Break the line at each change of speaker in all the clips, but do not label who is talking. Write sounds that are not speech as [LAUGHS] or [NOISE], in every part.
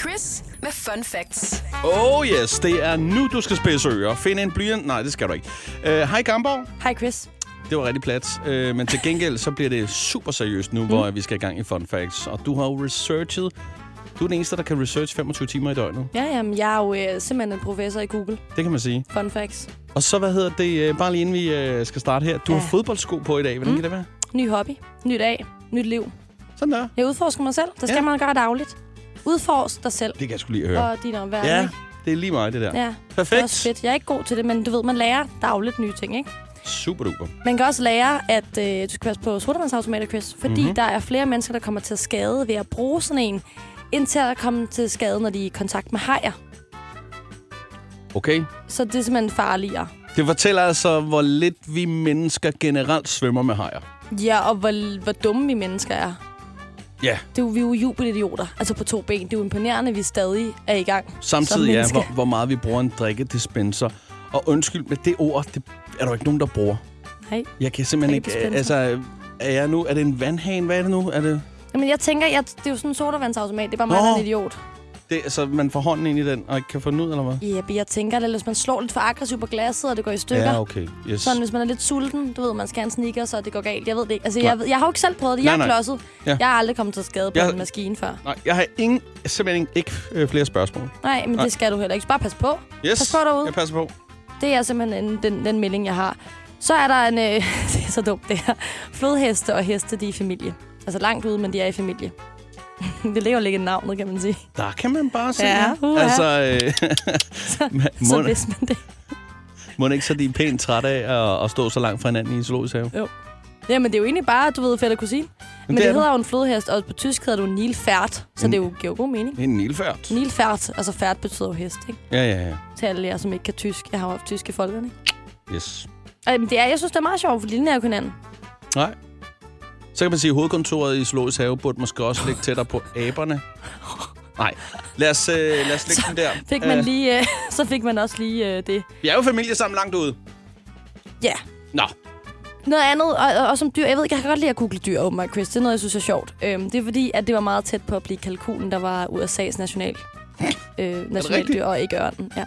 Chris med fun facts.
Oh yes, det er nu, du skal spille ører. Find en blyant. Nej, det skal du ikke. Øh, Hej, uh, Gamborg.
Hej Chris.
Det var rigtig plat. Øh, men til gengæld, så bliver det super seriøst nu, mm. hvor vi skal i gang i fun facts. Og du har jo researchet. Du er den eneste, der kan research 25 timer i døgnet.
Ja, jamen, jeg er jo øh, simpelthen en professor i Google.
Det kan man sige.
Fun facts.
Og så, hvad hedder det, øh, bare lige inden vi øh, skal starte her. Du ja. har
Ja.
fodboldsko på i dag. Hvordan mm.
Mm.
kan det være?
Ny hobby, nyt dag, nyt liv.
Sådan der.
Jeg udforsker mig selv. Det skal
Ja.
ja. man gøre dagligt. Udforsk dig selv.
Det kan jeg sgu lige at høre.
Og din omverden,
Ja,
ikke?
det er lige mig, det der.
Ja. Det er også
Perfekt.
fedt. Jeg er ikke god til det, men du ved, man lærer dagligt nye ting, ikke?
Super duper.
Man kan også lære, at øh, du skal passe på sodavandsautomater, Chris, fordi
Mhm.
mm-hmm. der er flere mennesker, der kommer til skade ved at bruge sådan en, indtil at komme til skade, når de er i kontakt med hajer.
Okay.
Så det er simpelthen farligere.
Det fortæller altså, hvor lidt vi mennesker generelt svømmer med hajer.
Ja, og hvor, hvor dumme vi mennesker er.
Ja,
Det er jo, vi er jo jubelidioter, altså på to ben. Det er jo imponerende, at vi stadig er i gang. som
samtidig ja,
mennesker.
hvor, hvor meget vi bruger en drikkedispenser. Og undskyld, men det ord, det er der jo ikke nogen, der bruger.
Nej.
Jeg kan simpelthen ikke... Altså,
Drikkedispenser.
er jeg nu... Er det en vandhane? Hvad er det nu? Er det...
Men jeg tænker, jeg, det er jo sådan en sodavandsautomat. Det er bare mig,
Nå.
der er en idiot.
det altså, man får hånden ind i den, og ikke kan få den ud, eller hvad?
Ja, jeg tænker, at hvis man slår lidt for aggressivt på glasset, og det går i stykker.
Ja, okay. Yes.
Sådan, hvis man er lidt sulten, du ved, man skal have en sneaker, så det går galt. Jeg ved det ikke. Altså,
Nej.
jeg, ved, jeg har jo ikke selv prøvet det.
Nej,
Jeg
nej.
er klodset.
Ja.
Ja. Jeg har aldrig kommet til skade på
Jeg-
jeg... en maskine før.
Nej, jeg har ingen, simpelthen ikke øh, flere spørgsmål.
Nej, men
Nej.
det skal du heller ikke. Så bare pas på.
Yes,
Pas på derude.
jeg passer på.
Det er simpelthen en, den, den melding, jeg har. Så er der en... Øh, [LAUGHS] det er så dumt, det her. Flodheste og heste, de er i familie. Altså langt ude, men de er i familie. [LAUGHS] det ligger jo lidt i navnet, kan man sige. [LAUGHS]
Der kan man bare se.
Ja, uha.
altså, øh, [LAUGHS]
Så
må,
vidste man det.
må ikke så de er pænt træt af at, at, stå så langt fra hinanden i en zoologisk have?
Jamen, det er jo egentlig bare, du ved, fætter kusine. Men
det er
det, det hedder jo en flodhest, og på tysk hedder det jo nilfært. Så
En-
det er jo, giver jo god mening.
Det er en nilfært.
Nilfært, altså fært betyder jo hest, ikke?
Ja, ja, ja.
til alle jer, som ikke kan tysk. Jeg har jo haft tysk i folkene. ikke?
Yes.
Og jamen, det er, jeg synes, det er meget sjovt, for de ligner jo hinanden.
Nej. Så kan man sige, at hovedkontoret i zoologisk have burde måske også ligge tættere på aberne. Nej, lad os, øh, lad os lægge
Så
den der.
Fik man
Øh,
lige, øh, [LAUGHS] så fik man også lige øh, det.
Vi er jo familie sammen langt ude.
Ja.
Nå,
Noget andet, og, og, og som dyr, jeg ved ikke, jeg kan godt lide at google dyr, åbenbart, Chris. Det er noget, jeg synes er sjovt. Øhm, det er fordi, at det var meget tæt på at blive kalkunen, der var USA's national, øh, national
rigtigt?
dyr, og ikke ørnen. Ja.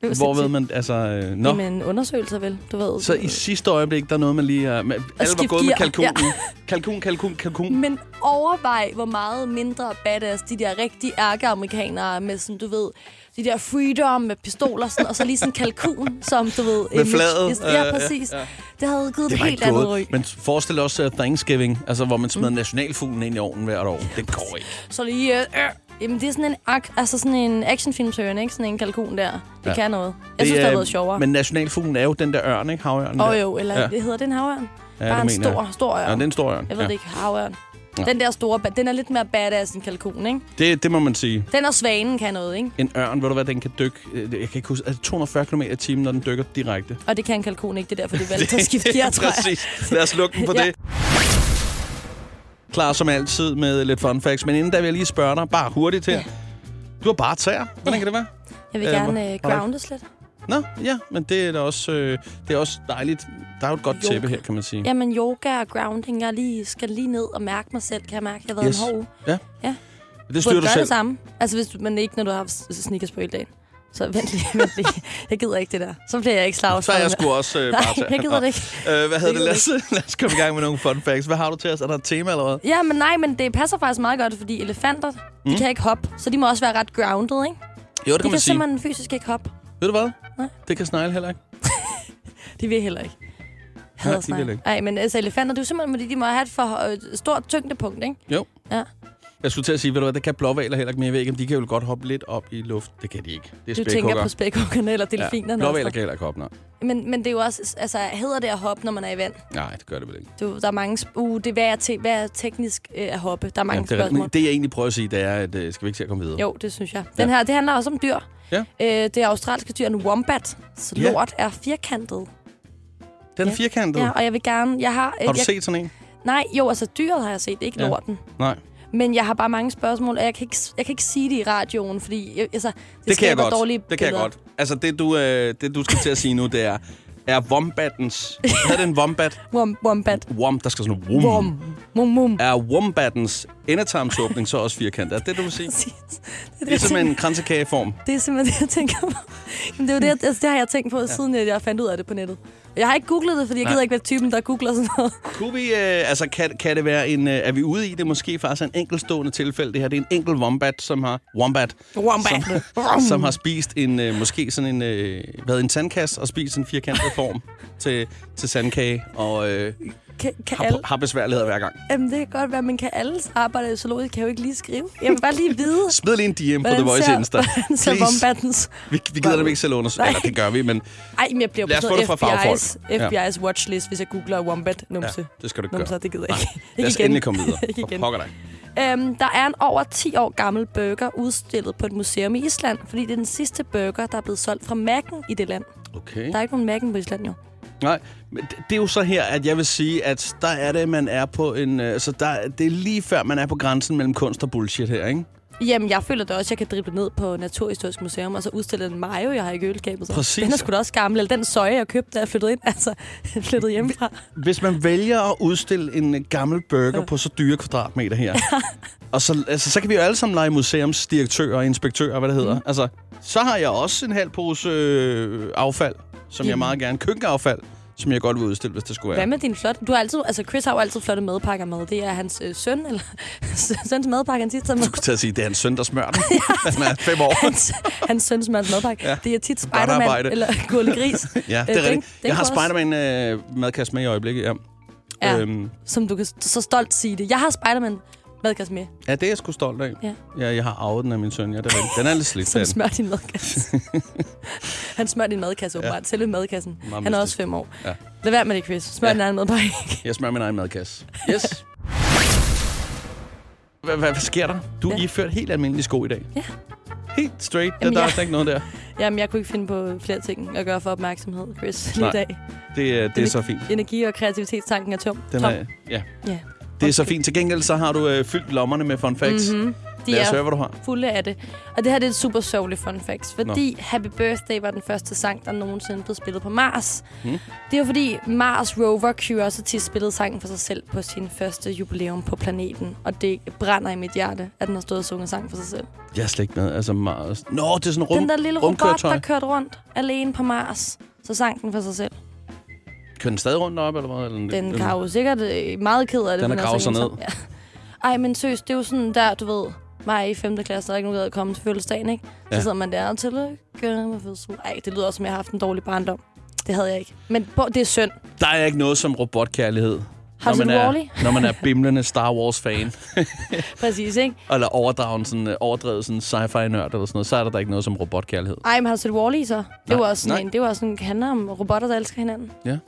Det var
hvor ved
sindssygt.
man, altså... Øh, nå.
Jamen, undersøgelser vel, du ved.
Så i sidste øjeblik, der er noget, man lige... Uh, med, alle var
skifte
gået med
gear.
kalkunen. Ja. Kalkun, kalkun, kalkun.
Men overvej, hvor meget mindre badass de der rigtige ærkeamerikanere er med sådan, du ved, de der freedom med pistoler sådan, og så lige sådan en kalkun, som du ved...
Med
en
flaget.
mis- Ja,
Øh,
præcis.
ja, ja.
Det havde givet det
var
helt
ikke
andet
gået.
ryg.
Men forestil dig også uh, Thanksgiving, altså hvor man smider mm. nationalfuglen ind i ovnen hvert år. Det går ikke.
Så lige... Øh, øh. Jamen, det er sådan en, ak- altså sådan en actionfilmsøgerne, ikke? Sådan en kalkun der. Det
Ja.
ja. kan noget. Jeg synes, det,
øh,
har været sjovere.
Men nationalfuglen er jo den der ørn, ikke? Havørnen.
Åh
der.
oh, jo, eller
Ja.
ja. det hedder den havørn.
Ja,
Bare
det
en
mener jeg.
stor, stor ørn.
Ja, det er en stor ørn.
Jeg ved
ja.
det ikke, havørn.
Nej.
Den der store, ba- den er lidt mere badass end kalkunen, ikke?
Det, det må man sige.
Den og svanen kan noget, ikke?
En ørn, ved du hvad, den kan dykke, øh, jeg kan ikke huske, er det 240 km i timen, når den dykker direkte.
Og det kan en kalkun ikke, det er derfor, de
[LAUGHS]
valgte at skifte gear, tror jeg.
Præcis. Lad os lukke den på
Ja.
det. Klar som altid med lidt fun facts, men inden da vil jeg lige spørge dig, bare hurtigt her. Du har bare tæer. Hvordan kan det være?
Jeg vil
Øh,
gerne
hvor-
øh, groundes lidt.
Nå, ja, men det er da også, øh, det er også dejligt. Der er jo et godt
Yoga.
tæppe her, kan man sige.
Jamen yoga og grounding. Jeg lige, skal lige ned og mærke mig selv, kan jeg mærke. Jeg har været
Yes.
en hård uge.
Ja.
Ja.
Det
Burde
styrer
gøre
du selv.
det samme. Altså, hvis du, men ikke, når du har haft s- sneakers på hele dagen. Så vent lige, [LAUGHS] vent lige. Jeg gider ikke det der. Så bliver jeg ikke slaget.
Så er jeg sgu også øh, bare
[LAUGHS] Nej, jeg gider det ikke.
Øh, hvad hedder det?
gider
Lad
jeg
os, lad os komme i gang med nogle fun facts. Hvad har du til os? Er der et tema eller hvad?
Ja, men nej, men det passer faktisk meget godt, fordi elefanter, mm. de kan ikke hoppe. Så de må også være ret grounded, ikke?
Jo, det
De
kan
kan
man sige.
simpelthen fysisk ikke hoppe.
Ved du hvad?
Nej.
Det kan snegle heller ikke.
De vil heller ikke.
Nej,
Hader
de vil
snegle.
ikke.
Nej, men altså elefanter, det er jo simpelthen, fordi de må have et for øh, stort tyngdepunkt, ikke?
Jo.
Ja.
Jeg skulle til at sige, ved du hvad, det kan blåvaler heller ikke, men jeg ved ikke, om de kan jo godt hoppe lidt op i luft. Det kan de ikke. Det er
Du tænker
spækhuggere.
på altså? spækhuggerne eller delfinerne.
ja.
og sådan
Blåvaler kan heller ikke hoppe, nej.
Men, men det er jo også, altså, hedder det at hoppe, når man er i vand?
Nej, det gør det vel ikke.
Du, der er mange, sp- uh, det, hvad, er te, hvad er teknisk øh, at hoppe? Der er mange
Jamen,
ja,
det, er, rigtigt.
spørgsmål.
men det, jeg egentlig prøver at sige, det er, at øh, skal vi ikke se at komme videre?
Jo, det synes jeg.
Ja.
Den her, det handler også om dyr.
Ja.
Øh, det er australske dyr, en wombat. Så
Ja.
lort er firkantet.
Den er
Ja.
firkantet.
Ja, og jeg vil gerne, jeg har... øh,
Har du
jeg,
set sådan en?
Nej, jo, altså dyret har jeg set, ikke
Ja.
ja. lorten.
Nej.
Men jeg har bare mange spørgsmål, og jeg kan ikke, s- jeg kan ikke sige det i radioen, fordi jeg, altså, det,
Det, kan jeg
skaber
godt.
dårlige
det kan jeg
billeder.
godt. Altså, det du, øh, det du skal til at sige nu, det er, er
[LAUGHS]
wombatens... Hvad er det en wombat?
Wom, wombat.
Wom, der skal sådan en wom.
Wom. Mum, mum.
Er wombatens endetarmsåbning så også firkantet? Er det det, du vil
[LAUGHS]
sige?
Præcis. [LAUGHS] Det er
Det er
det, jeg
simpelthen
tænker-
en kransekageform.
det er simpelthen det, jeg tænker på. Jamen, det, er jo det, jeg- altså, det har jeg tænkt på, ja. siden jeg- jeg fandt ud af det på nettet. Jeg har ikke googlet det, fordi jeg
Nej.
gider ikke være typen, der googler sådan noget.
Kunne vi, øh, altså, kan, kan det være en... Øh, er vi ude i det måske faktisk er en enkeltstående tilfælde? Det her det er en enkelt wombat, som har... Wombat.
Wombat.
Som, [LAUGHS] som har spist en, øh, måske sådan en... Øh, været en sandkasse og spist en firkantet
[LAUGHS]
form til, til sandkage. Og øh,
Kan, kan alle,
har, har besværligheder hver gang.
jamen, det kan godt være, men kan alles arbejde i zoologisk kan jo ikke lige skrive. Jeg vil bare lige vide,
[LAUGHS] Smid lige en DM på The Voice
[LAUGHS]
Insta.
hvordan ser
Please.
wombatens...
Vi, vi gider dem ikke selv undersøge.
Nej.
Eller det gør vi, men
Ej, men jeg bliver
Lad
på
os
sådan
få det fra
FBI's,
fagfolk. Ja.
FBI's watchlist, hvis jeg googler wombat numse.
ja, det skal du ikke
numser,
gøre.
det gider jeg ikke.
Lad os
Ikke igen.
endelig komme videre.
[LAUGHS] Ikke
For
igen.
pokker dig.
Øhm, der er en over 10 år gammel burger udstillet på et museum i Island, fordi det er den sidste burger, der er blevet solgt fra Mac'en i det land.
Okay.
Der er ikke nogen Mac'en på Island, jo.
Nej, men det, det er jo så her, at jeg vil sige, at der er det, man er på en... Øh, så der, det er lige før, man er på grænsen mellem kunst og bullshit her, ikke?
Jamen, jeg føler da også, at jeg kan drible ned på Naturhistorisk Museum, og så udstille en mayo, jeg har i køleskabet. Så.
Præcis.
Den er sgu da også gammel, eller den søje, jeg købte, da jeg flyttede ind, [LAUGHS] altså flyttede hjemmefra.
Hvis man vælger at udstille en øh, gammel burger på så dyre kvadratmeter
[LAUGHS]
her, og så, altså, så kan vi jo alle sammen lege museumsdirektører og inspektører, hvad det hedder. Mm. Altså, så har jeg også en halv pose øh, affald, som jeg
Jamen.
meget gerne... Køkkenaffald, som jeg godt vil udstille, hvis det skulle være.
Mm. Hvad med din flotte? Du har altid, altså Chris har jo altid flotte madpakker med. Det er hans øh, søn, eller [LAUGHS] søns madpakke, han tit tager med.
Jeg skulle til at sige, det er en søn, der smører
[LAUGHS]
den. Han er fem år.
hans, hans søns mads madpakke.
Ja.
Ja. Det er tit
Børnearbejde.
Spiderman eller Gurle
[LAUGHS]
Gris.
Ja,
Øh,
det er
den-
rigtigt.
den
Jeg har
kunne også-
Spider-Man-madkast med i øjeblikket, ja.
Ja.
Øhm,
Som du kan så stolt sige det. Jeg har Spiderman madkasse med,
ja, det er jeg sgu stolt af.
Ja.
ja jeg har arvet den af min søn. Ja, det er rigtigt. Den er lidt slidt,
som
den.
smører
[LAUGHS]
din madkasse. han smører din madkasse åbenbart. Ja. Selve madkassen.
Meget
Han er også
mystisk.
fem år.
Ja.
Lad være med det, Chris. Smør
Ja.
ja. din egen madpakke.
Jeg smører min egen madkasse. Yes. Hvad, hvad, hvad sker der? Du er
Ja.
iført helt almindelige sko i dag.
Ja.
Helt straight. Der,
Jamen,
der er
jeg-
slet ikke noget der.
[LAUGHS] Jamen, jeg kunne ikke finde på flere ting at gøre for opmærksomhed, Chris, lige
Nej.
i dag.
Det, er- det er
Den-
så fint.
Energi- og kreativitetstanken er tom.
Den
tom.
er, ja.
Ja.
Det er så fint. Til gengæld så har du øh, fyldt lommerne med fun facts. Mm-hmm.
Mm-hmm. De
Lad os
er
høre, hvad du har.
fulde af det. Og det her det er et super sørgeligt fun fact, fordi Nå. Happy Birthday var den første sang, der nogensinde blev spillet på Mars.
Hmm.
Hmm. Det er jo fordi Mars Rover Curiosity spillede sangen for sig selv på sin første jubilæum på planeten, og det brænder i mit hjerte, at den har stået og sunget sang for sig selv.
Jeg er slet ikke med. Altså meget... Nå, det er sådan
Rum,
rum...
den der lille robot,
rumkøretøj.
der kørte rundt alene på Mars, så sang den for sig selv.
Kører den stadig rundt op, eller hvad? Eller, Øhm,
Den
eller-
kan jo sikkert øh, meget ked af det.
Den
for
har
er
gravet
så
sig
ensom. Ja. Ej, men søs, det er jo sådan der, du ved, mig i 5. klasse, der er ikke nogen, der at komme til fødselsdagen, ikke? Så
Ja.
sidder man der og tillykke med fødsel. Ej, det lyder også, som jeg har haft en dårlig barndom. Det havde jeg ikke. Men bo- det er synd.
Der er ikke noget som robotkærlighed.
Har du
når
set
man,
Wall-E?
er, når man er bimlende Star Wars-fan,
Præcis, ikke?
eller overdragen sådan, øh, overdrevet sådan sci-fi-nørd eller sådan noget, så er der da ikke noget som robotkærlighed.
Ej, men har du set Wall-E så? Det
Nej,
var også sådan
nej.
en, det var sådan, handler om robotter, der elsker hinanden.
Ja.
[LAUGHS]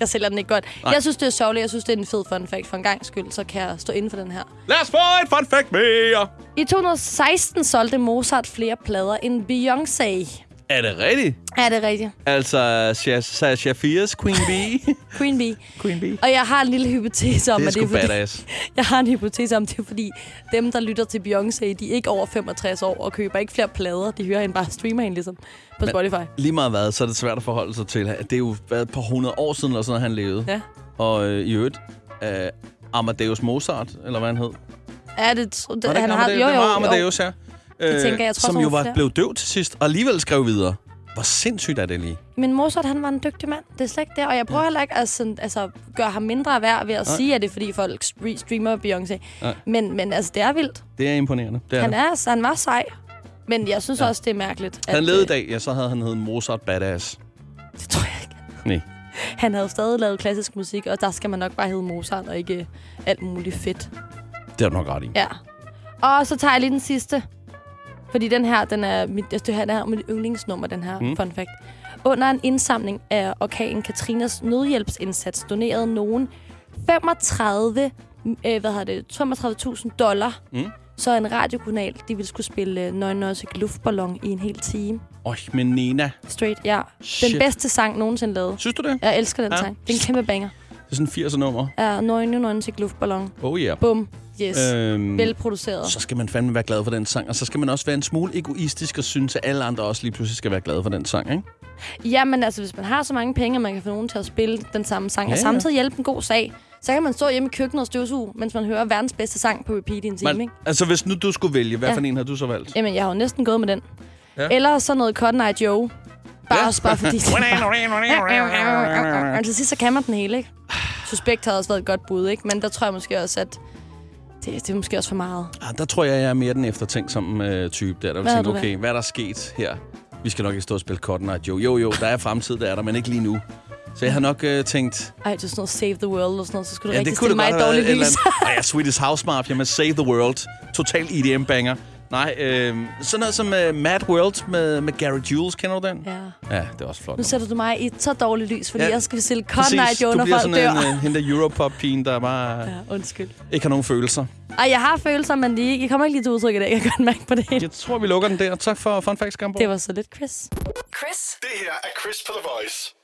jeg sælger den ikke godt.
Nej.
Nej. Jeg synes, det er sørgeligt. Jeg synes, det er en fed fun fact. For en gang skyld, så kan jeg stå inden for den her.
Lad os få et fun fact mere!
I 2016 solgte Mozart flere plader end Beyoncé.
Er det rigtigt?
Ja, det er rigtigt.
Altså, Sasha Fierce, Queen Bee.
[LAUGHS] Queen Bee.
Queen Bee.
Og jeg har en lille hypotese om,
Det er
at
sgu
fordi,
badass.
[LAUGHS] jeg har en hypotese om, det er fordi, dem, der lytter til Beyoncé, de er ikke over 65 år og køber ikke flere plader. De hører hende bare streamer hende ligesom på Spotify.
Lige meget hvad, så er det svært at forholde sig til. Det er jo været et par hundrede år siden, eller sådan noget, han levede.
Ja.
Og øh, i øvrigt, øh, Amadeus Mozart, eller hvad han hed.
Er det, tro- det,
Var det
han
ikke Amadeus?
har, jo,
det var
jo, jo.
Amadeus, ja. Øh,
Det tænker jeg, jeg tror,
som
så
jo
var
var
flere.
blev døv til sidst, og alligevel skrev videre. Hvor sindssygt er det lige?
Men Mozart, han var en dygtig mand. Det er slet ikke det. Og jeg prøver heller ikke at sådan, altså, gøre ham mindre værd ved at
Nej.
sige, at det er, fordi folk stre- streamer Beyoncé.
Nej.
Men, men altså, det er vildt.
Det er imponerende. Det er
Han,
det.
er, han var sej. Men jeg synes ja. også, det er mærkeligt.
Han
at,
levede i
øh,
dag, ja, så havde han heddet Mozart Badass.
Det tror jeg ikke.
Nej.
Han havde stadig lavet klassisk musik, og der skal man nok bare hedde Mozart og ikke øh, alt muligt fedt.
Det er du nok ret i.
Ja. Og så tager jeg lige den sidste. Fordi den her, den er mit, altså, det her, den er mit yndlingsnummer, den her
Mm.
mm. fun fact. Under en indsamling af orkanen Katrinas nødhjælpsindsats donerede nogen 35, øh, hvad hedder det, 35.000 dollar.
Mm.
Så en radiokanal, de ville skulle spille øh, Nøgen Nøjse Luftballon i en hel time.
Øj, men Nina.
Straight, ja.
Shit.
Den bedste sang nogensinde lavet.
Synes du det?
Jeg elsker den
Ja.
ja. sang. Det er en kæmpe banger.
Det er sådan en 80'er nummer.
er nøgne nøgne til luftballon.
Oh yeah.
Bum. Yes.
Øhm,
Velproduceret.
så skal man fandme være glad for den sang. Og så skal man også være en smule egoistisk og synes, at alle andre også lige pludselig skal være glade for den sang, ikke?
Jamen altså, hvis man har så mange penge, at man kan få nogen til at spille den samme sang,
Ja,
og
ja.
samtidig hjælpe en god sag, så kan man stå hjemme i køkkenet og støvsuge, mens man hører verdens bedste sang på repeat i en time,
Man,
ikke?
altså, hvis nu du skulle vælge, hvad
Ja.
for en har du så
[LAUGHS]
valgt?
Jamen, jeg har jo næsten gået med den.
Ja.
Ja. Eller så noget Cotton Eye Joe. Bare
Ja.
også
[LAUGHS]
bare fordi... det bare... Men til sidst, så kan man den hele, ikke? Suspekt havde også været et godt bud, ikke? Men der tror jeg måske også, at det, det er måske også for meget.
Ah, der tror jeg, jeg er mere den eftertænksomme øh, type der, der vil
Hvad
tænke,
har du
okay, hvad er der sket her? Vi skal nok ikke stå og spille Cotton Eye Joe. Jo, jo, der er fremtid, der er der, men ikke lige nu. Så jeg har nok øh, tænkt,
Ej, det er sådan noget Save the World og sådan noget, så skulle du
ja,
rigtig
det kunne
stille
det
mig
godt have
et dårligt
været.
lys.
Eller, ja, Swedish House Mafia med Save the World. Total E EDM-banger. Nej, øh, sådan noget som øh, Mad World med, med Gary Jules, kender du den?
[LAUGHS] Ja.
Ja, det er også flot.
Nu sætter du mig i et så dårligt lys, fordi
Ja,
ja. jeg skal stille Cotton Eye
Præcis.
Joe,
Du
når
bliver
folk dør.
sådan en, øh, hende der Europop-pigen, der bare ja.
Ja, undskyld.
ikke har nogen følelser.
Ej, jeg har følelser, men lige, jeg kommer ikke lige til udtryk i dag. Jeg kan godt mærke på det hele.
Jeg tror, vi lukker den der. Tak for Fun Facts, Gambo.
Det var så lidt, Chris.
Chris
Det her er Chris på The Voice.